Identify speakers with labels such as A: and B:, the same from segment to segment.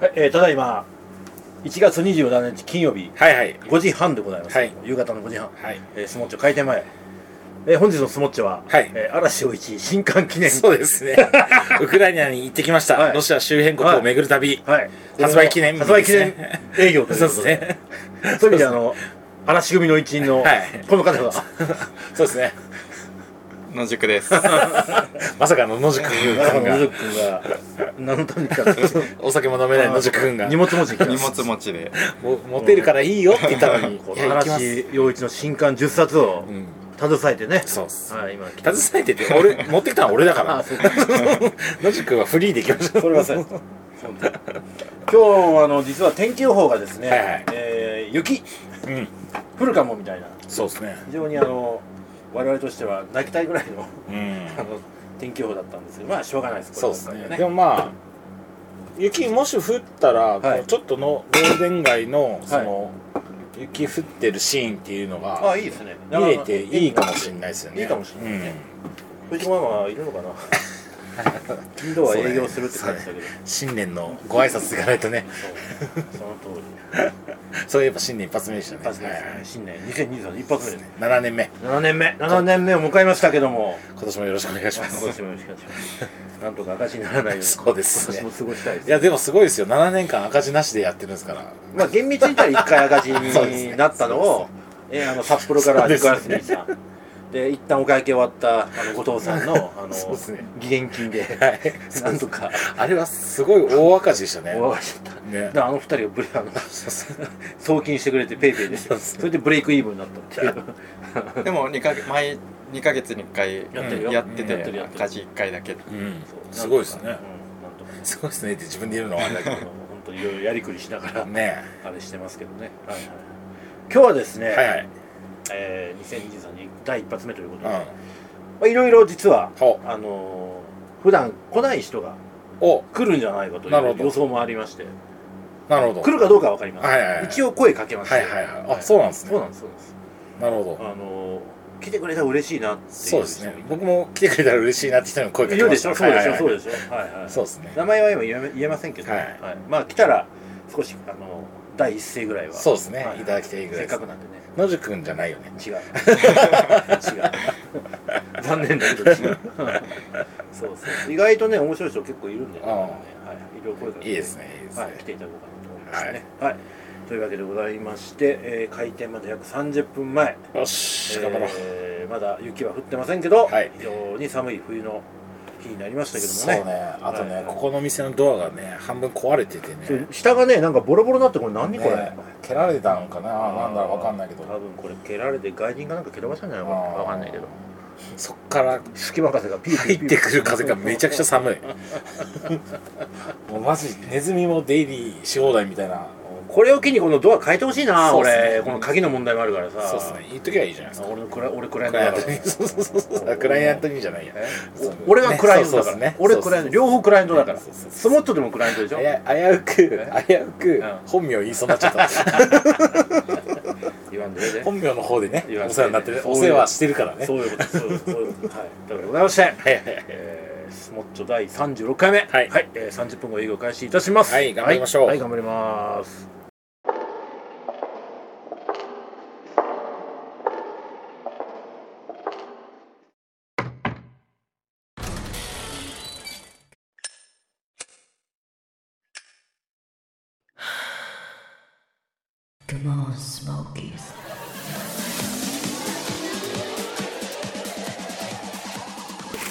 A: はいえーただいま1月27日金曜日
B: はいはい
A: 5時半でございます、
B: はい
A: 夕方の5時半、
B: はい
A: えースモッチョ開店前、えー本日のスモッチョは、
B: はい
A: えー嵐を一新刊記念
B: そうです ねウクライナに行ってきました、
A: はい
B: ロシア周辺国を巡る旅、
A: はい、
B: 発売記念日
A: 発売記念
B: ですね
A: 営業という
B: そ
A: こと
B: うです
A: で
B: ね
A: そういう意味であの嵐組の一員の、
B: はい
A: この方が
B: そうですね
C: 野宿です。
B: まさかの野宿君
A: 中野
B: が
A: く君が何のために来たんですか
B: お酒も飲め ない野宿君が
A: 荷物持ちに来たんで
C: 荷
A: す
C: 物持ちで。
B: もモテるからいいよって言ったのに
A: こ
B: いうや行きます
A: 嵐陽一の新刊10冊を
B: うん
A: 携えてね、
B: そうっす
A: はい今来た
B: 携えてて俺持ってきたのは俺だ から
A: そう
B: 野宿君はフリーで行きました
A: それは そうです本当に今日あの実は天気予報がですね、
B: はいはい
A: えー雪
B: うん
A: 降るかもみたいな
B: そうですね
A: 非常にあの我々としては泣きたいぐらいの
B: うん
A: あの天気予報だったんですけどまあしょうがないです
B: そうですね
A: こればっかりは
B: でもまあ雪もし降ったら、
A: はい
B: ちょっとのゴールデン街のその、雪降ってるシーンっていうのが
A: あいいですね
B: 見れていいかもしれないですよね
A: いいかもしれないね
B: ね、
A: 藤島ママいるの かな金土は営業するって感じだけど
B: うん新年のご挨拶行かないとね
A: そうその通り
B: そういえば新年一発目でしたね
A: 一発目ですね新年2023一発目ですね
B: 7年目
A: 7年目7年目を迎えましたけども
B: 今年もよろしくお願いしま
A: 今
B: す
A: 年もよろしくお願いします なんとか赤字にならないように
B: そうですね
A: 今年も過ごしたいです
B: いやでもすごいですよ7年間赤字なしでやってるんですから
A: まあ厳密に言ったら1回赤字
B: そうですね
A: になったのを、えーあの札幌から
B: そうです
A: 陸
B: ね
A: 安にさんで一旦お会計終わったあの後藤さ んのあの
B: そうですね
A: 義援金で
B: はい
A: なんとか
B: あれはすごい大赤字でしたね
A: お会いしちゃった
B: ね
A: であの二人がブレあの送金してくれてペイペイで
B: そうですね
A: それでブレイクイーブンになったっていう
C: でも二か月毎二ヶ月に一回
A: やってるよ
C: やって
A: やってる
C: て
A: やってる
C: 赤字一回だ け。
B: うん
A: そう
B: すごいです
A: な
B: ね
A: んとかうんなんとかね
B: すごいですねって自分で言うのはあれだ け
A: あの本当にいろいろやりくりしながら
B: どね
A: あれしてますけどね、はいはい今日はですね、
B: はいはい
A: えー、2023年第一発目ということで、ま
B: う
A: あ、いろいろ実は
B: ほう
A: あのー普段来ない人が
B: んお
A: 来るんじゃないかと
B: な
A: い
B: るほ
A: う
B: ど
A: 予想もありまして
B: なるほど
A: 来るかどうかは分かりません、
B: はいはいはい
A: 一応声かけました
B: はいはいはいあそうなんですね
A: そうなんですそうなんです
B: なるほど
A: あのー来てくれたら嬉しいなっていう
B: そうですね
A: 人
B: 僕も来てくれたら嬉しいなって人に声か
A: い
B: け
A: る
B: ま
A: で
B: し
A: したょそうでしょそう
B: で
A: でしょはいはい
B: そうですね
A: 名前は今言えま言えませんけど、
B: はい
A: まあ来たら少しあのー第一声ぐらいは
B: そうですね
A: はい
B: いただきたいぐらい
A: せ
B: で
A: っ
B: す
A: かくなんでね
B: 野宿くんじゃないよね
A: 違う 違う残念だけど違うそうそう意外とね面白い人結構いるんだよね
B: ああ
A: はい、いろいろ声かけて
B: いいですねいいです
A: はい、来
B: ね
A: ていただこうかなと思いますね。はい、というわけでございまして、えー開店まで約30分前、
B: よし頑張ろう
A: えーまだ雪は降ってませんけど、
B: はい
A: 非常に寒い冬の日になりましたけども
B: そ
A: ね。
B: うねあと
A: はい
B: ねここの店のドアがね半分壊れてて
A: そ
B: ね
A: う下がね、なんかボロボロになって、これ何、これ
B: ね。蹴られたのかななんだろうわかんないけど
A: 多分これ蹴られて外人がなんか蹴らばしたんじゃないのかな
B: あー
A: わかんないけど
B: そっから
A: 隙間風がピーピ
B: 入
A: ーピ
B: っ
A: ー
B: てくる風がめちゃくちゃ寒いもうマジネズミも出入りし放題みたいな
A: これを機にこのドア変えてほしいな、
B: そうっすね
A: 俺この鍵の問題もあるからさ
B: そうですね言っときゃいいじゃないです
A: あ
B: か
A: 俺のクラ俺クライアン
B: ク
A: ト
B: ライア
A: だから
B: ントにそうそうそうそうクライアントにじゃないやそう
A: 俺はクライアントだから、
B: ねそう
A: 俺
B: そうそ
A: ク
B: う
A: ライアント両方クライアントだから
B: そうそうそう
A: スモットでもクライアントでしょ
B: 危うく危うく
A: うん
B: 本名言いそうになっちゃった
A: 言わんでええで
B: 本名の方でね
A: 言わん
B: お
A: と
B: 世話になってる
A: そう
B: お
A: いう
B: 世話してるからね
A: そういうことそういうことそういうことはいというわけでございまして、
B: はいはいはい
A: えー、スモッチョ第36回目
B: はい
A: えー、30分後営業開始いたします
B: はい頑張りましょ
A: は
B: う
A: い、はい頑張ります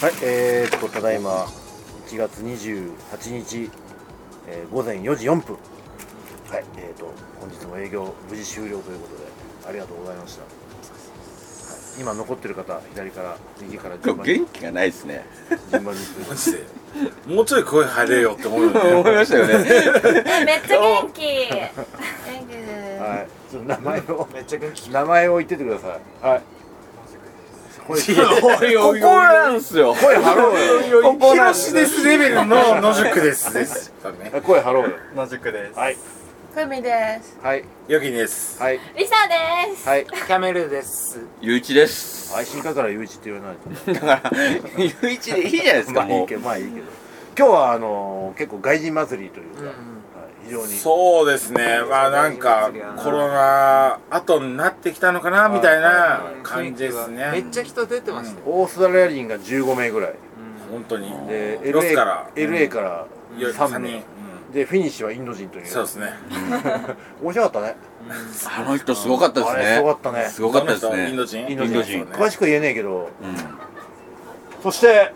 A: はいえー、っとただいま1月28日、えー、午前4時4分はいえー、っと本日も営業無事終了ということでありがとうございました、はい、今残ってる方左から右から順番に
D: 元気がないですね。
A: 順番に行く
B: マジでもうちょい声入れよって思うよね
D: 思いましたよね。
E: めっちゃ元気。元気です。
A: はい、ちょっと名前を
C: めっちゃ元気。
A: 名前を言っててください。はい。これ
D: ここなんすよ。声張ろうよ。ここなんす。
B: ですレベルの野宿ですです
A: 声張ろうよ。
C: 野宿です。
A: はい。
E: ふみです。
A: はい
B: よきです
A: はい
E: りさです。
A: はい。
C: キャメルです。
D: ゆういちです。
A: 配信だからゆういちって言わないと。
D: だからゆういちでいいじゃないですか。
A: まあい
D: も
A: いうけどまあいいけど。今日はあのー結構外人祭りというか、はい非常に
B: そうですね、まあなんかコロナ後になってきたのかなみたいな感じですね。
F: めっちゃ人出てましたよ、
A: オーストラリア人が15名ぐらい
B: 本当に。
A: で
B: ロス
A: LA
B: か
A: からら
B: LA
A: LA から
B: よ
A: 3名、
B: 三
A: でフィニッシュはインド人という
B: うんそうですね。
A: 面白かったね
D: あの人すごかったです
A: あれすごか
D: ね
A: ったね
D: すごかったです
B: この人イン
D: ね
B: ド人。
A: インド
D: イン
A: 人
D: ド人
B: そう
A: 詳
B: ね
A: しくは言えねえけど
D: うん
A: そして、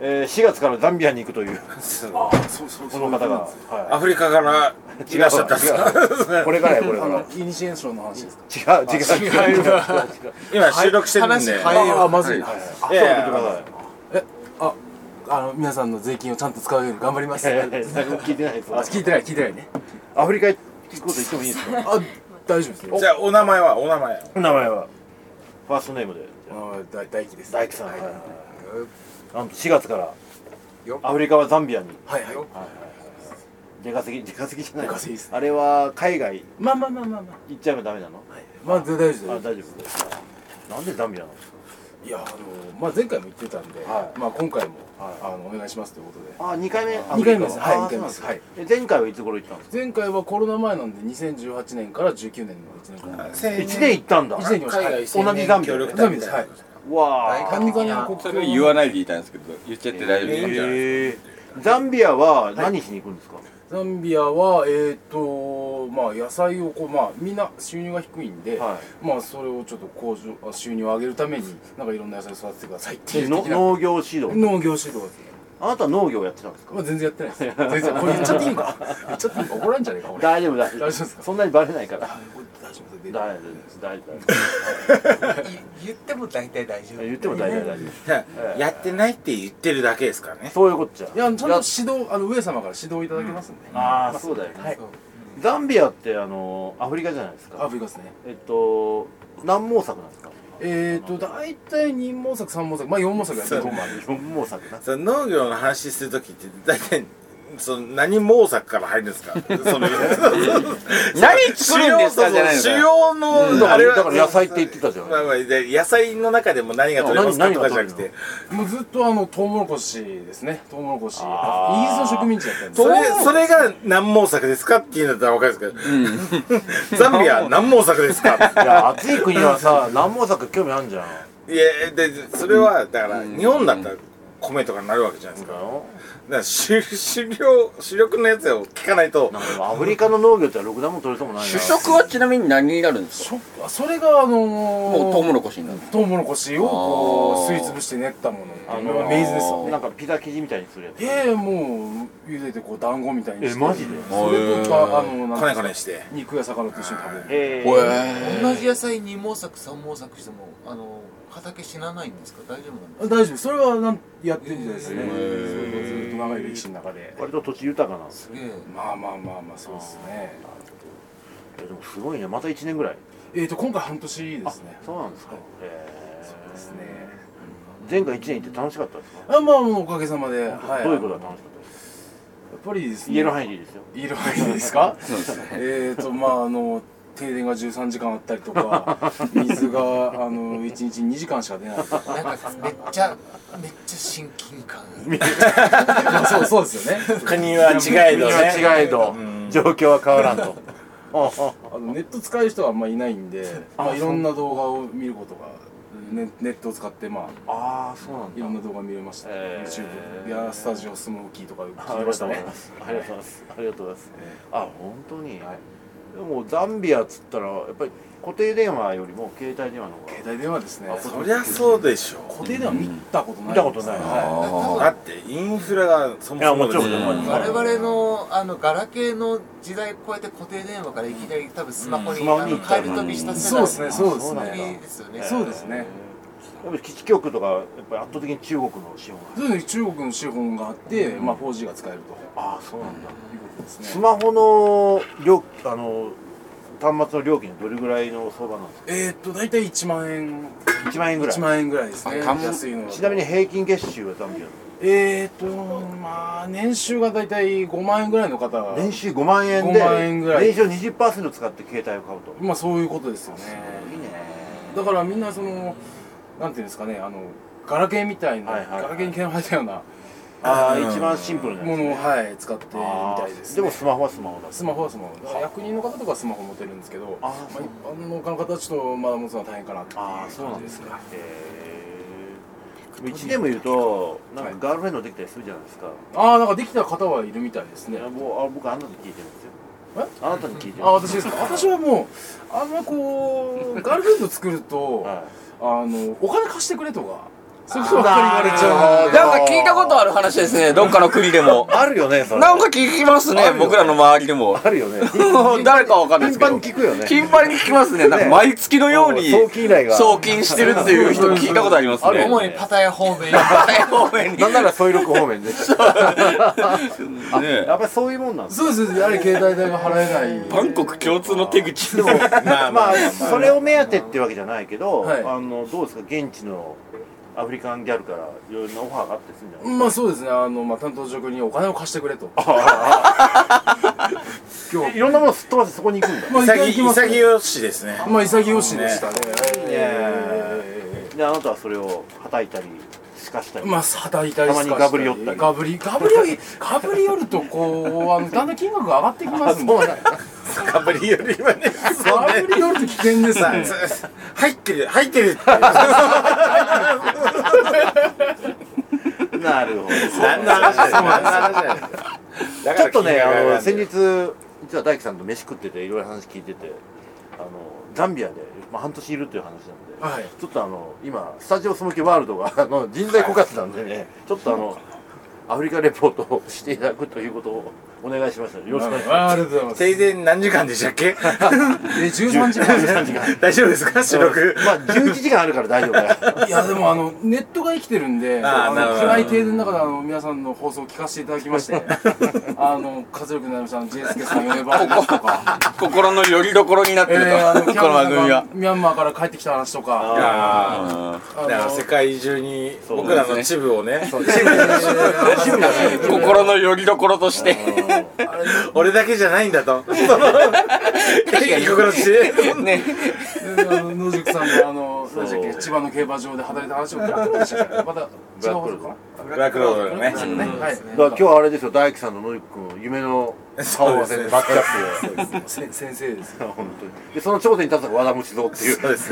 A: えー4月からザンビアに行くという
B: すごい
A: この方が、は
B: アフリカからいらっしゃったんですか。
A: い、これからよこれか
G: あ
A: ら
G: の、イニシエンションの話ですか
A: 違う違う違う違う
B: 今収録してるんで。
F: 話変えよう
G: あ、まずい。
B: いやいや
G: あ、あの、皆さんの税金をちゃんと使うように頑張り ます。
A: いやいやいや何も聞いてないです
G: あ聞いてない、聞いてないね。
A: アフリカ行くこと言ってもいい ですか
G: あ、大丈夫ですよ。
B: じゃあお名前はお名前。
A: 名前はファーストネームで
G: あ大大輝です。
A: 大工さん、
G: は
A: はい
G: い。
A: はいはい
G: うん
A: なんと4月から
F: よ
A: アフリカはザンビアに
G: はいはい。
A: 出稼ぎ出稼ぎじゃない
G: 出稼ぎです
A: あれは海外
G: まあまあまあまあまあ。
A: 行っちゃえばダメなの
G: まあ、大丈夫です。
A: あ大丈夫ですなんでザンビアなんですか
G: いや、あの、まあ、前回も言ってたんで、
A: は
G: まあ、今回も、
A: はい
G: あの、お願いしますということで。
A: あ2回目アフリ
G: 二
A: カ
G: 回目です。
A: あ
G: はい、
A: ーそうなん
G: 二回目で。
A: ですす
G: はい。
A: え前回はいつ頃行ったんです
G: 前回はコロナ前なんで、2018年から19年の1年間。
A: か1年行ったんだ
G: 一年行きました
A: 同じザンビア
B: 協力
G: ダ
B: 隊
G: メ
B: み
G: で
B: たいな
G: す。はい。
A: わあ
G: 神々の国
D: それを言わないでいたんですけど言っちゃって大丈夫ですかじゃあ
A: えーザンビアは何しに行くんですか、
G: ザンビアは、えっ、と、まあ、野菜をこう、まあ、みんな収入が低いんで、
A: は
G: まあ、それをちょっと向上、収入を上げるために、なんかいろんな野菜を育ててくださいっていう
A: の
G: 的な
A: 農業指導
G: 農業指導ですね。
A: あなた農業やってたんですか
G: まあ、全然やってないです。全然、これ言っちゃっていいん か言っちゃっていいんか怒られんじゃねえか、俺。
A: 大丈夫大
G: 大
A: 丈
G: 丈
A: 夫
G: 夫ですか
A: そんなにバレないから
G: 大丈夫で
A: 大
G: す
A: 丈夫です大丈夫です
F: い 言っても大体大丈夫
A: 言っても大丈夫大丈夫
B: ややってないって言ってるだけですからね。
A: そういうこっちゃ
G: いや、ちゃんと指導、あの、上様から指導いただけますんで。
A: ああそうだよね、
G: はい。
A: ザンビアってあのアフリカじゃないです
G: ア
A: か
G: フリカですね。
A: えっと何毛作なんですか
G: えっ、ー、と、大体2毛作、3毛作、まあ4毛作やってるとこもある。
A: 四毛作な
B: その農業の話するときって大体その何毛作から入るんです かその
D: 何作るんですかじゃないの
B: 主
D: か
B: 要のあれは
A: だから野菜って言ってたじゃん
B: まあまあで野菜の中でも何が取れますか
A: 何
B: とか
A: 何が取
B: じゃな
A: れる
B: く
A: の
B: て
G: もうずっとあの、トウモロコシですね。トウモロコシ。イギリス
A: あー
G: の植民地だったんです
B: それそれが何毛作ですかっていうのだったら分かるんですけど ザンビア何毛作ですか
A: いや暑い国はさ何毛作興味あんじゃん
B: いやでそれはだから日本だったら米とかになるわけじゃないですかだから主 主量主力のやつを聞かないと
A: なんかでもアフリカの農業ってろくなもん取れそうもないな
D: 主食はちなみに何になるんですか
G: そあそれがあのー、
D: もうトウモロコシになる
G: トウモロコシをこう
D: あ
G: す
D: ー
G: りつぶして練ったもの
A: あ
G: あ
A: の
G: のメイズですよ
A: なんか
G: ね
A: ピザ生地みたいにするやつ
G: ええもう茹でてこう団子みたいにして
A: えマジで
G: それとかあのなん
B: カネ
G: か
B: カネして
G: 肉や魚と一緒に食べる
A: え
D: お
A: ー、
D: え
F: 同じ野菜二毛作三毛作してもあの畑死なないんですか大丈夫なん
G: あ
F: で
G: 大丈夫それはなんやってるんじゃないですかねそれもずっと長い歴史の中で
A: 割と土地豊かなんです
F: すかすげえ
G: まあまあまあまあそうですね
A: えでもすごいねまた1年ぐらい
G: えーと今回半年ですね
A: そうなんですか
G: はい
A: えー
G: そうですね
A: 前回1年行って楽しかったですか
G: あまあもうおかげさまではい
A: どういうことが楽しかったですか
G: やっぱりですね
A: 言える範囲でいいですよ
G: 言える範囲ですか
D: そうですね
G: えーとまああの停電が13時間あったりとか水があの1日2時間しか出ないとか
F: なんかめっちゃめっちゃ親近感
G: まあそうそうですよね
B: 国は違えど
A: 国
B: ね
A: は違えど状況は変わらんとああ
G: あのネット使える人はあんまいないんでまあ、いろんな動画を見ることがネネットを使ってまあ
A: ああそうなん
G: い
A: だ
G: ろんな動画見れました、
A: えー
G: YouTube やスタジオスモーキーとか
A: あ
G: 聞
A: り
G: き
A: が
G: ま
A: と
G: し
A: う
G: た
A: ござい
G: ね
A: ますありがとうございますありがとうございますあ本当に
G: はい
A: でもザンビアっつったらやっぱり固定電話よりも携帯電話の方が
G: 携帯電話ですね
B: そりゃそうでしょ
G: 固定電話見たことない
A: 見たことない
G: は
B: うだってインフラがそも
A: いや
B: そ
A: も
B: も
A: ちろんもちろん
B: うん
F: 我々のあのガラケーの時代こうやって固定電話からいきなり多分スマ
A: う
F: ホに,、
A: んスマホ
F: あ
A: に
F: の変える飛びした
G: い
F: 世
G: そうで
F: 代
G: すねそう
A: そ
G: です
A: うなんだ
G: ね
F: ですよね
G: そうですね
A: やっぱり基地局とかやっぱり圧倒的に中国の資本が
G: そうですね中国の資本があって、まあ、4G が使えると
A: ああそうなんだ
G: いうことですね
A: スマホの料あの端末の料金はどれぐらいの相場なんですか
G: えー、っと大体1万円
A: 1万円ぐらい
G: 1万円ぐらいですね
D: あ単
G: 安いのだと
A: ちなみに平均月収はザンビアの
G: えー、っとまあ年収が大体5万円ぐらいの方が
A: 年収5万円で
G: 5万円ぐらい
A: 年収を20%使って携帯を買うと
G: まあそういうことですよね
A: いいね
G: だからみんなそのなんていうんですかねあのガラケーみたいな、
A: はいはいはい
G: ガラケーに毛の生えたような
A: ああ、一番シンプルなやつ
G: ものを、はい、使ってみ
A: あ
G: たい
A: ー
G: です、
A: でもスマホはスマホだ
G: スマホはスマホ役人の方とかはスマホ持てるんですけど
A: あ
G: まあ、一般の方はちょっとまだ持つのは大変かなっていう
A: ああそうな
G: 感
A: ん
G: じ
A: で
G: ですすね
A: かへえうちでも言うとなんかガールフレンドできたりするじゃないですか、
G: ああなんかできた方はいるみたいです
A: い
G: ね
A: やもうあ僕あなたに聞いてるんですよあなたに聞いてる
G: あ私ですか私はもうあんまこうガールフレンド作ると、
A: は
G: あのお金貸してくれとかそういうことばっかり言われちゃ
D: な
G: うんんで
D: か聞いたことある話ですねどっかの国でも
A: いあるよねそれ
D: なんか聞きます
A: あ
D: ね
A: るよ
D: 僕らの周りでも
A: あるよね
D: 誰かわかんないです
A: 頻
D: け
A: 繁に聞
D: ど
A: くよね
D: 頻繁に聞きますねなんか毎月のように
A: 早期依頼が
D: 送金してるっていう人聞いたことあります
A: ある
D: ね
A: よ
F: 主にパタヤ方面
D: 大方面に
A: なんならソイロク方面であ
D: ね
A: やっぱりそういうもんなんです
G: そうですそうですやはり携帯代が払えない
D: バンコク共通の手口です
A: まあ、それを目当てってわけじゃないけど、
G: はい
A: あのどうですか現地のアフリカンギャルからいろんなオファーがあってするんじゃない
G: まあそうですねあの、まあ、担当職にお金を貸してくれと今
A: い
G: 日
A: ろんなものすっ飛ばしてそこに行くんだ
G: まあ
B: 潔
G: 行きますね
B: 潔しですね
G: まあ潔しでしたねえ
A: であなたはそれをはたいたりしかした
G: ー
A: り、
G: まあ、はたいたり
A: た
G: すかしたり
A: まにガブリ寄ったり
G: ガブリ、ガブリ寄り、ガブリ寄ると、こう、あの、だんだん金額が上がってきますもん。
B: ガブリよりはね
G: ガブリ寄ると危険です
B: さ
G: ね。
B: さ入ってる入ってるって
A: なるほど
B: 何の話だよ何の話だよだ
A: ち
B: か
A: ょっ
B: ら
A: とね、あ
B: 君が選んで
A: の先日、実は大樹さんと飯食ってて、いろいろ話聞いてて、あのザンビアで、まあ、半年いるという話なんで、
G: はい
A: ちょっとあの今、スタジオス向けワールドがあの人材枯渇なんでね、ちょっとあのアフリカレポートをしていただくということをお願いしました。よろしくお願いしま
G: ありがとうござい
B: 停電何時間でしたっけ
G: ます。え、13時間です。
B: 大丈夫ですか
A: す。
B: 収録
A: まあ11時間あるから大丈夫だ よ。
G: いやでもあのネットが生きてるんで
B: あー
G: あの
B: なるほど
G: 暗い停電の中であの皆さんの放送を聞かせていただきましてあの活力になりましたあの J スケさん米原話とか、
D: 心の拠り所になって
G: え
D: ると、
G: ー、あのキャンプ
D: この番組
G: が
D: は
G: ミャンマーから帰ってきた話と
B: あ
G: かあ
D: うん
B: あ
G: の
B: だから世界中に僕らのチブをね
D: 心の拠り所として
B: 俺だけじゃないんだと異国の地
D: ね
G: であの野宿さんがあの
A: う
G: 何でしたっけ千葉の競馬場で働いた話をブラックロードでしたっけまた違う放送かな
B: ブラックロードのね
G: ブラックロードはい
A: だから今日はあれですよ、大樹さんのノイ君の夢の顔合わせでバックアップで。
G: せ先生です
A: 本当にでその頂点に立つのが和田虫蔵っていう
B: そうです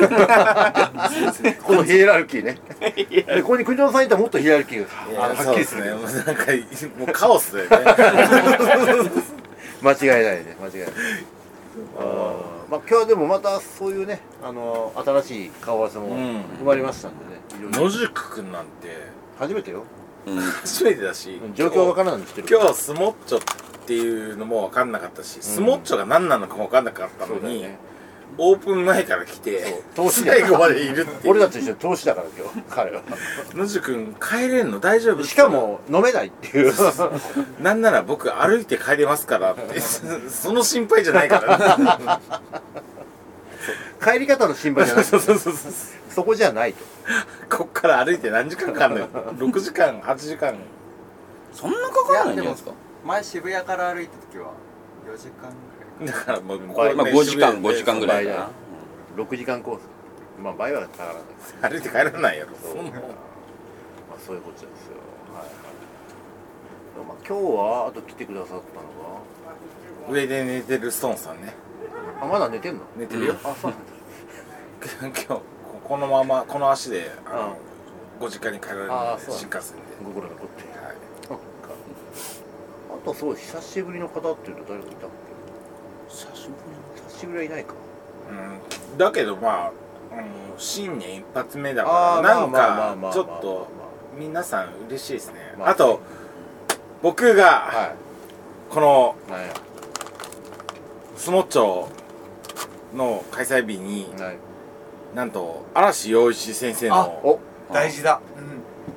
B: ね
A: このヒエラルキーね。で、ここに国のさんいたらもっとヒエラルキー
B: い
A: があ
B: や
A: の
B: そ
A: はっき
B: うで
A: りす
B: す
A: る
B: ね
A: よ。
B: もうなんかもうカオスだよね
A: 間違いないね、間違いない。あーまあ、今日はでもまたそういうね、あの新しい顔合わせも
B: ん
A: 生まれましたんでね、非常に
B: 野宿くんなんて
A: 初めてよ、
B: 初めてだし
A: 状況わからんのに来てる
B: 今日スモッチョっていうのも分かんなかったし、スモッチョが何なのかも分かんなかったの
A: そうだよ
B: に、
A: ね
B: オープン前から来て
A: そう投資だ
B: 最後までいるっていう
A: 俺たちと一緒に投資だから、今日彼は。
B: 野宿君帰れんの大丈夫
A: しかも、飲めないって いう、
B: なんなら僕歩いて帰れますからってその心配じゃないから、ね、
A: 帰り方の心配じゃない、
B: そうそうそう
A: そこじゃないと。
B: こっから歩いて何時間かかんのよ6時間8時間
D: そんなかかんないんじゃないですか
C: 前渋谷から歩いた時は4時間ぐらい
B: だからもうここ
D: まあ
B: ね
D: 5時間
B: 渋谷
D: 5
B: で
D: 時間ぐらいか
A: 倍だ
D: な
A: な6時間コース。まあ、倍はかからないです
B: 歩いて帰らないやろそ んな
A: まあ、そういうことですよ。はいはい。まあ、今日は、あと来てくださったのが、
B: 上で寝てるストーンさんね
A: あまだ寝てんの
B: 寝てるよ、
A: あそう
B: 今日ここのままこの足であの、ご実家に帰られる
A: あー
B: ので
A: そう
B: 新幹線で
A: 心残って
B: はい
A: そっかあとそう久しぶりの方っていうと誰かいたっ
D: 久しぶ
A: け久しぶりはいないか
B: うんだけどまあ、うん、新年一発目だからなんかちょっと皆さん嬉しいですね、
A: まあ
B: あと僕が
A: は
B: この
A: いはい
B: スモッチョの開催日に
A: はい
B: なんと嵐陽一先生の
A: お
F: 大事だ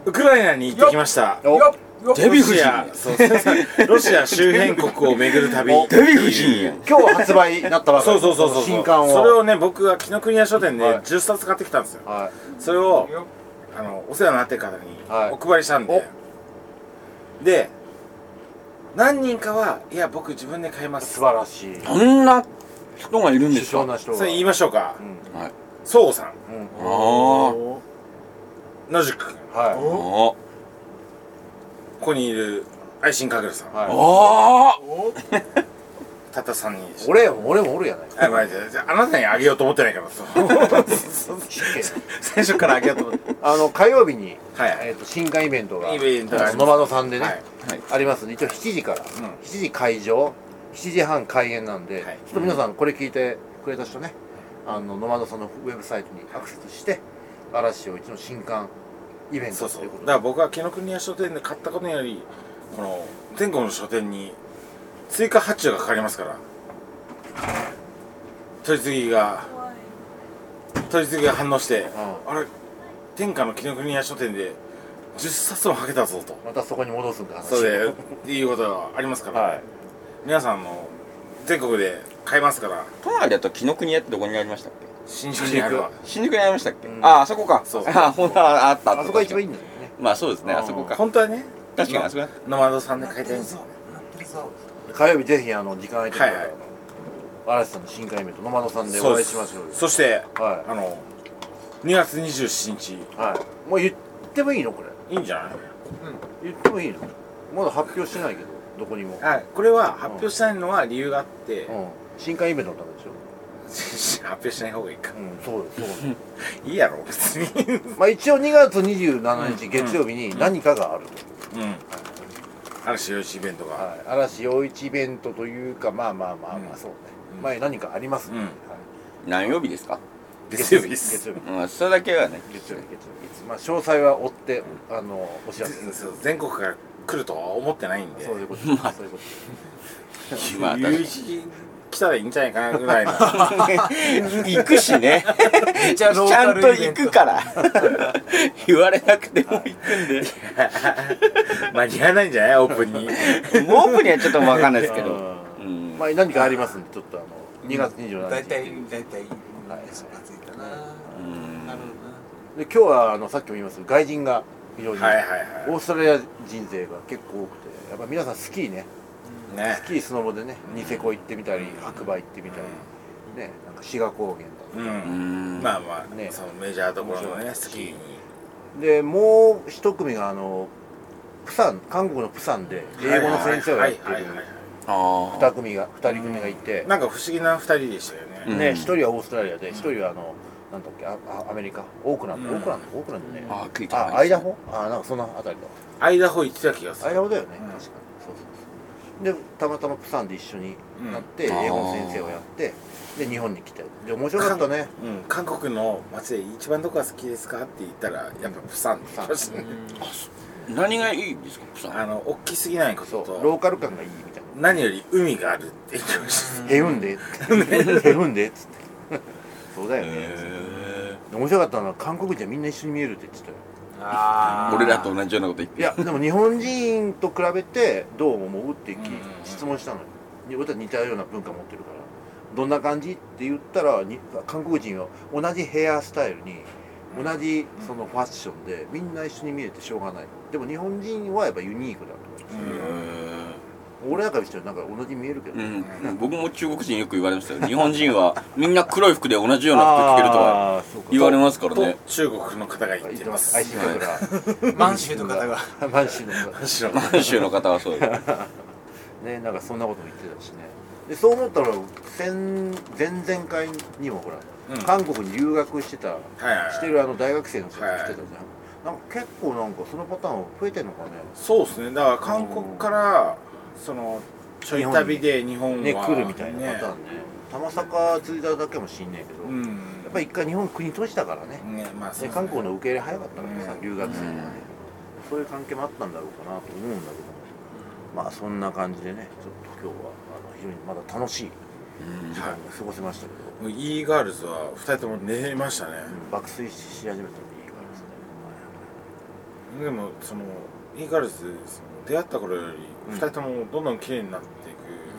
B: ウクライナに行ってきました
A: お
G: よっよっ
B: デヴィ夫人そうそうそうロシア周辺国を巡る旅
A: お
D: りデヴィ夫人や
A: 今日発売になったばか
B: そ
A: り
B: うそうそうそう
A: 新刊を
B: それをね僕が紀ノ国屋書店で
A: はい
B: 10冊買ってきたんですよ
A: は
B: それをあのお世話になってる方に
A: はい
B: お配りしたんで、で何人かはいや僕自分で買いま
A: い
B: す
A: 素晴らしい
D: そんな人がいるんで
A: 首
D: すか
A: 相
D: あ
A: な人が
B: それ言いましょうか
A: うん
B: そうさん
A: うん
D: あー
B: 野宿君
A: は
D: あー
B: こ
C: ここにいる愛心かけるさん、
F: はい
H: あ
C: たった3人でした
A: 俺俺もおるやないか
C: あまあじゃあじゃああなたにあげようと思ってないからそう最初からあげようと思って
A: あの火曜日に、
C: はい
A: えー、と新刊イベントが
C: イベントがあります
A: ノマドさんでね、
C: はい
A: ありますね一応7時から、7時会場7時半開演なんで、
C: はい
A: ちょっと皆さんこれ聞いてくれた人ねあのノマドさんのウェブサイトにアクセスして嵐を一の新刊イベン
C: そ
A: ト
C: うそ
A: と
C: う
A: いう
C: だ
A: こ
C: か
A: とで
C: ら僕は紀ノ国屋書店で買ったことよりこの全国の書店に追加発注がかかりますから取り次ぎが取り次ぎが反応して、あれ天下の紀ノ国屋書店で10冊もはけたぞと
A: またそこに戻すんだ話
C: そうでいうことがありますから、
A: はい
C: 皆さんの全国で買えますから
F: 都内だと紀ノ国屋ってどこにありましたっけ
C: 新宿にあるわ
F: 新宿にありましたっけ、
A: うん
F: ああそこか
C: そう
F: あほんとああったあった
A: あそこが一番いい
F: い
A: んだよね
F: まあそうですねあそこか
C: 本当はね
F: 確かにあそこだ
C: ノマドさんで買いたいんですよ
B: なってるぞ
A: 火曜日ぜひあの時間空いてたら、
C: はいはい
A: 嵐さんの新刊イベントノマドさんで
C: そ
A: お
C: う
A: 会
C: で
A: い
C: す
A: しましょうよ
C: そして
A: は
C: あの2月27日
A: い、はい、もう言ってもいいのこれ
C: いいんじゃない
A: 言ってもいいのまだ発表してないけどどこにも、
C: はい、これは発表したいのは理由があって、
A: うん、新刊イベントのためでしょ
C: 発表しない方がいいか
A: うんそうですそうです
C: いいやろ別に うん
A: まあ一応2月27日月曜日に何かがあると、
C: 嵐よしイベントが、
A: はい、嵐陽一イベントというかまあまあまあまあそうね、前何かありますね、
C: うん
A: はい
F: 何曜日ですか
C: 月曜日です
A: 月曜日
F: うんそれだけはね
A: 月曜日月曜日まあ詳細は追ってあのお知らせする
C: そう全国から来るとは思ってないんで
A: そういうことですそういうことです
F: まあ確か
C: 有
F: に
C: 識来たらいいんじゃないかなぐらい の
F: 行くしねちゃん
B: ローカ
F: と
B: ルイベ
F: 行
B: ント
F: くから言われなくても行くんで
C: 間に合わないんじゃないオープンに
F: モープにはちょっと分かんないですけ
A: う
F: どうんん
A: まあ何かありますんでちょっとあの2月27日、
B: 大体大体そがついたな
F: うん
B: なるほどな
A: で今日はあのさっきも言います外人が非常に、
C: はいはい
A: オ
C: は
A: ーストラリア人勢が結構多くてやっぱ皆さんスキーね
C: いね
A: スキースノボでねニセコ行ってみたり白馬行ってみたり、ねなんか志賀高原だとか
C: う
F: うんん
C: まあまあ、
A: ね
C: そのメジャーどころの
A: 面白
C: ね
A: い
C: スキーに
A: でもう一組があのプサン韓国のプサンで英語の先生をやってる
C: はいはいはいはい
F: あ
A: 二組が二人組がいて、
C: なんか不思議な二人でしたよね、
F: うん
A: ね一人はオーストラリアで一人はあのなんだっけああアメリカオークランド、
C: うん
A: オークランドオークランドね、
F: ああ聞いたこと
A: あ
F: な
A: ア
F: い
A: イ
F: です
A: ダ
F: ね
A: ホあなんかそのあたりだ
C: アイダホ行ってた気がす
A: アイ
C: る
A: ダホだよね、
C: う
A: 確
C: ん
A: かにそうそうそうでたまたまプサンで一緒になって、
F: うん
A: 英語の先生をやってで日本に来てで面白かったね
C: うん、韓国の街で一番どこが好きですかって言ったらやっぱプサンって言いましたね
F: 何がいいんですかプサン
C: あの大きすぎないこと
A: そうロ
C: と
A: ーカル感がいいみたいな
C: 何より海があるって言ってました
A: へうんで、へうんでっつって。そうだよね。
F: へ
A: 面白かったのは韓国人はみんな一緒に見えるって言ってたよ。
F: ー
B: あー
F: 俺らと同じようなこと言って
A: いや、でも日本人と比べてどう思うって聞き質問したのよ。俺たち似たような文化持ってるから。どんな感じって言ったらに韓国人は同じヘアスタイルに同じそのファッションでみんな一緒に見えてしょうがないでも日本人はやっぱユニークだと思
F: へ
A: う、
F: ー
A: 俺なんか見てたらなんか同じに見えるけど、
F: うん、僕も中国人よく言われましたよ日本人はみんな黒い服で同じような服着てるとは
A: あーそうか
F: 言われますから
C: と
F: ね
C: 中国の方が言ってます
A: 愛心
F: はい
A: 桜
B: 満州の方が
A: 満州の方が
C: 白い
F: 満州の方はそうです
A: ねなんかそんなことも言ってたしねでそう思ったら先前々回にもほら、
C: うん
A: 韓国に留学してた
C: はいはい
A: してるあの大学生の人が
C: はい
A: 来てたじゃん、なんか結構なんかそのパターン増えてんのかね
C: そうですねだから韓国からそのちょい旅で日本は
A: ね来るみたいなパター
C: ね
A: ンね玉坂着いただけもしんねえけど、
C: うん
A: やっぱ一回日本国閉じたからね、
C: ねまあそう
A: で
C: ですね
A: 韓国の受け入れ早かったからさ、
C: うん
A: 留学生がね
F: うん、
A: そういう関係もあったんだろうかなと思うんだけどもまあそんな感じでねちょっと今日はあの非常にまだ楽しい時間が過ごせましたけど、
C: もう E ガールズは2人とも寝ましたね
A: 爆睡し始めたのにいいからですね、
C: でもその E ガールズその出会った頃より2人ともどんどん綺麗になってい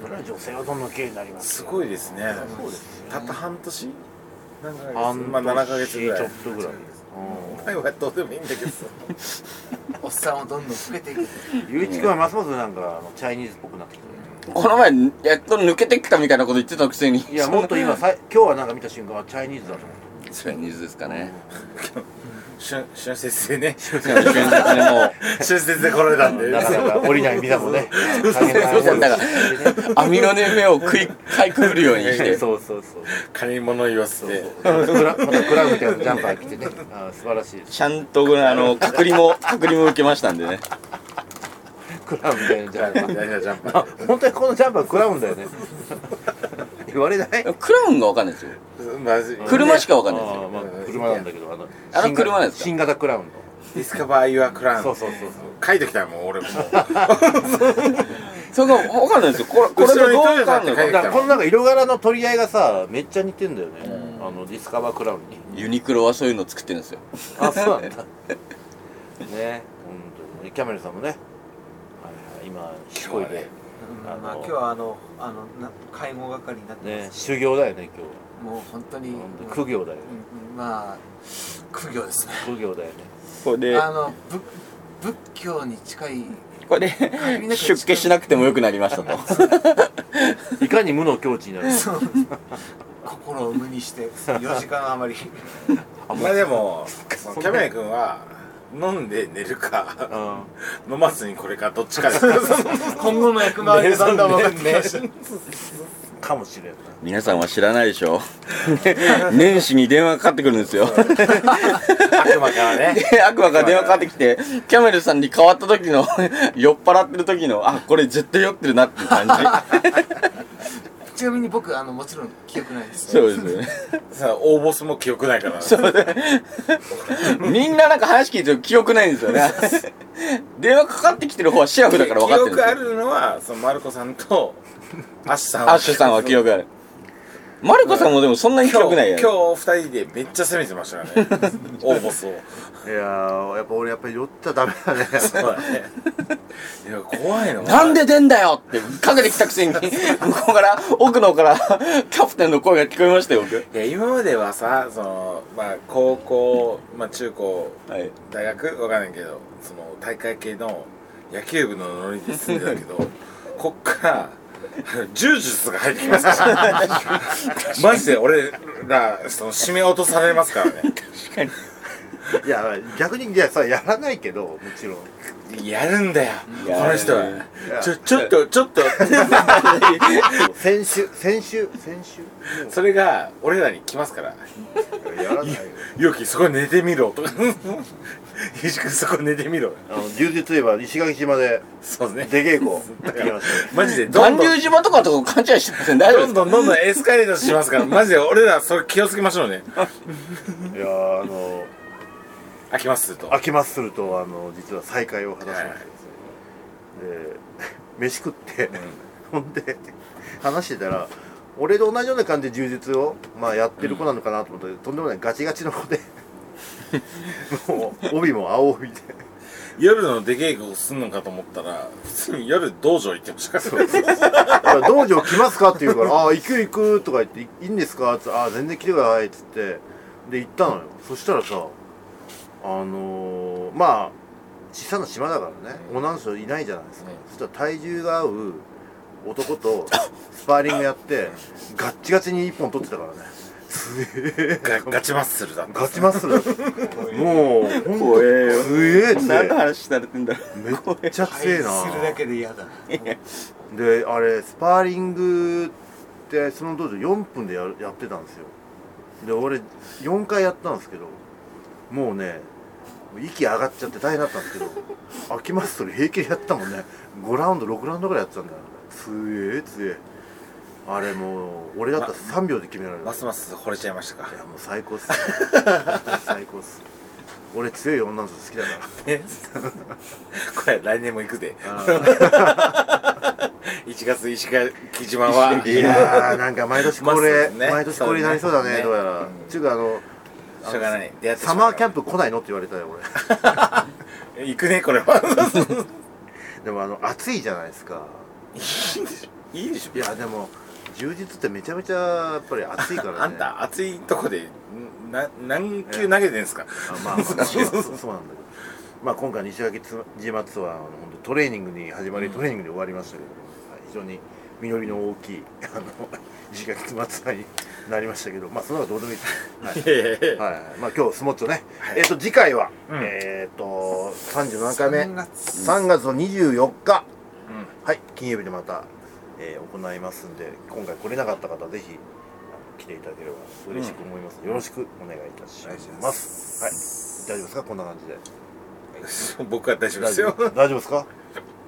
A: そ
C: く、
A: れは女性はどんどん綺麗になりますすよ
C: ごいですね
A: そうですよ
C: たった半年なんか
A: 半年
C: まあ7ヶ月ぐらい
A: ちょっとぐらい
C: 前はどうでもいいんだけど
B: おっさんをどんどん増えていく
A: ゆういちくんはますますなんかあのチャイニーズっぽくなってきて
F: この前やっと抜けてきたみたいなこと言ってたくせに
A: るい やもっと今さい今日はなんか見た瞬間はチャイニーズだと思っ
F: それは水ですかね
B: 春春節でね
D: 春節でもう
B: 春節で来られたんで
A: なかなか降りないビザもね大変な
D: そ
A: 思
D: う
A: い
D: そう
A: を
D: だ
A: してね
D: 網のね目を食いかいくぐるようにして
A: そうそうそう
B: 借り物言わせて
A: クラまたクラブみたいなジャンパー着てねあー素晴らしい
D: ちゃんとこれあの隔離も隔離も受けましたんでね
A: クラブみたいなジャンパー
B: 大事なジャンパー
A: あ本当にこのジャンパークラウンだよね言われない
D: クラウンがわかんないですよ
B: まず
D: 車しかわかんないです
A: あ
D: よ
A: ーまあ車なんだけどあの
D: あの車なんですか
A: 新型クラウンの
B: ディスカバー・ユア・クラウン
A: そうそうそうそう
B: 書いてきたよもう俺も
D: それがわかんないですよこれこれが
B: 後ろ
D: どうわかんない
B: にトヨタって書いて
D: か
A: だからこのなんか色柄の取り合いがさめっちゃ似てんだよねあのディスカバークラウンに
D: ユニクロはそういうの作ってるんですよ
A: あそうな んだね本当にキャメルさんもね、はいはい、今しつこいで
F: うん
A: あ
F: ま
A: の
F: あ今日はあのあのな介護係になって
A: ね
F: ます、
A: 修行だよね今
F: もう本当に
A: 日本当に苦行だよね
F: うんうんまあ苦行ですね
A: 苦行だよね
D: これで
F: あのぶ仏教に近い
D: これで出家しなくてもよくなりましたと
A: いかに無の境地になるか
F: そう 心を無にして4時間余り
B: まあでもそのキャメラ君は飲んで寝るか
A: うん
B: 飲まずにこれかどっちかです
F: 今後の役回 りがだんだん分かってきました
A: かもしれんな
D: 皆さんは知らないでしょ 年始に電話かかってくるんですよ
B: 悪魔からね
D: で 悪魔が電話かかってきてキャメルさんに変わった時の 酔っ払ってる時のあこれ絶対酔ってるなっていう感 じ
F: ちなみに僕あのもちろん記憶ないです
D: そうですよね
B: さあ大ボスも記憶ないから
D: みんななんか話聞いてる記憶ないんですよね 電話かかってきてる方はシラフだから分かってるん
B: 記
D: で
B: 憶
D: す
B: あ
D: よ
B: るのはそのマルコさんとアッシュさん
D: アッシュさんは記憶あるマルコさんもでもそんなに記憶ないやん
B: 今日今日二人でめっちゃ攻めてましたからね大ボスを
A: いやーやっぱ俺やっぱり酔っちゃダメだね
B: そうだねいや怖いの
D: なんで出んだよってかけてきたくせに 向こうから奥の方からキャプテンの声が聞こえましたよ僕
B: いや今まではさそのまあ高校まあ中高
D: はい
B: 大学わかんないけどその大会系の野球部のノリで住んでたけど こっからあの柔術が入ってきますから マジで俺らその締め落とされますからね
A: いや逆にいやさやらないけどもちろん
B: やるんだよこ
D: やる
B: の人はちょちょっとちょっと
A: 先週先週先 週
B: それが俺らに来ますから
A: やらないよ
B: 「ゆうきそこ寝てみろ」とか「ゆうじくんそこ寝てみろ
A: あの充実といえば石垣島で」
B: そうですね
A: 出稽古 行きましたよ
B: マジでどん
D: 巌
B: どん
D: 流島とかと勘違いしてません大丈
B: ど
D: 夫
B: んどん
D: です
B: どんどんエスカレートしますからマジで俺らそれ気をつけましょうね
A: いやーあの
B: 開きますと
A: 秋ますするとあの実は再会を果たしましてですねで飯食って、ほんで話してたら俺と同じような感じで充実を、まあ、やってる子なのかなと思ったら、とんでもないガチガチの子で もう帯も青帯で
B: 夜の出稽古をすんのかと思ったら普通に夜道場行ってましたから
A: だから道場来ますかって言うから「ああ行く行く」とか言ってい「いいんですか?」っつって「ああ全然来てください」っつってで行ったのよそしたらさあのーまあ小さな島だからね女の人いないじゃないですか、そしたら体重が合う男とスパーリングやってガッチガチに一本取ってたからね
B: ガガチマッスルだった
A: ガチマッスルだったもうほんとす げえっつっ
D: 何の
A: て
D: 話されてんだろ
A: めっちゃ
F: は
A: 強え
F: い
A: な
F: するだけで嫌だ
A: であれスパーリングってその当時4分でやるやってたんですよで俺4回やったんですけどもうね息上がっちゃって大変だったんですけど秋マッスル平気でやったもんね5ラウンド6ラウンドぐらいやってたんだよすげえ強えあれもう俺だったら3秒で決められる、
B: ますます惚れちゃいましたか
A: いやもう最高っす最高っす俺強い女の人好きだから
B: これ来年も行くで 1月石垣島はい
A: やーなんか毎年恒
B: まあ
A: 例、
B: そうね
A: 毎年恒例になりそうだね
B: そ
A: どう
B: うね
A: やら、
B: うん
A: ちゅうかあの
B: しょうがない出会ってしま
A: サ
B: う
A: マーキャンプ来ないのって言われたよ俺
B: 行くねこれは
A: でもあの暑いじゃないですか
B: いいでし
A: いやでも充実ってめちゃめちゃやっぱり暑いからね
B: ょあんた暑いとこでんな何球投げてんすか
A: あまあまあまあそうそうなんだけどまあ今回西脇島ツアーの本当トレーニングに始まり、トレーニングで終わりましたけど、はい非常に実りの大きいあの石垣松さんになりましたけどまあそのはどうでもいいです、
B: いやいやいや
A: はいはいまあ、今日スモッチョね、えっ、と次回は、
B: うん
A: えっ、と37回目
C: 3月
A: 3月の24日、はい金曜日でまた、えー行いますんで今回来れなかった方はぜひあの来ていただければ嬉しく思います、よろしくお願いいたしますはい大丈夫ですかこんな感じで
B: 僕は大丈夫ですよ。
A: 大丈夫ですか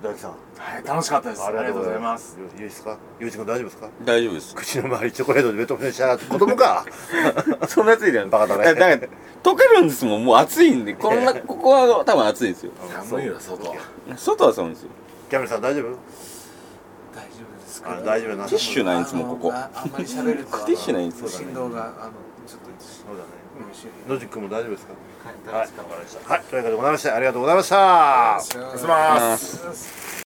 A: 大樹さん
G: はい、楽しかったです。ありがとうございます。
A: よゆういちですかゆういち君大丈夫ですか
D: 大丈夫です。
A: 口の周りチョコレートでベトナムにしやがって子供か
D: そんなやついらん。
A: バカだね
D: だから、溶けるんですもん。もう暑いんで、こんな、ここは多分暑いですよ。
B: 寒いわ、外。
D: 外は寒いですよ。
A: キャメルさん大丈夫
F: 大丈夫です
A: あ
F: か
A: 大丈夫な
D: ティッシュないんですもんここ
F: あのああんまり喋ると
D: ティッシュないんです
F: あの振動があのちょっと
A: そうだね
F: うん周辺
A: 野宿君も大丈夫ですか
C: はい
A: はい
C: 楽しかったです
A: はいというわけでございましてありがとうございました
F: お願いします
B: します。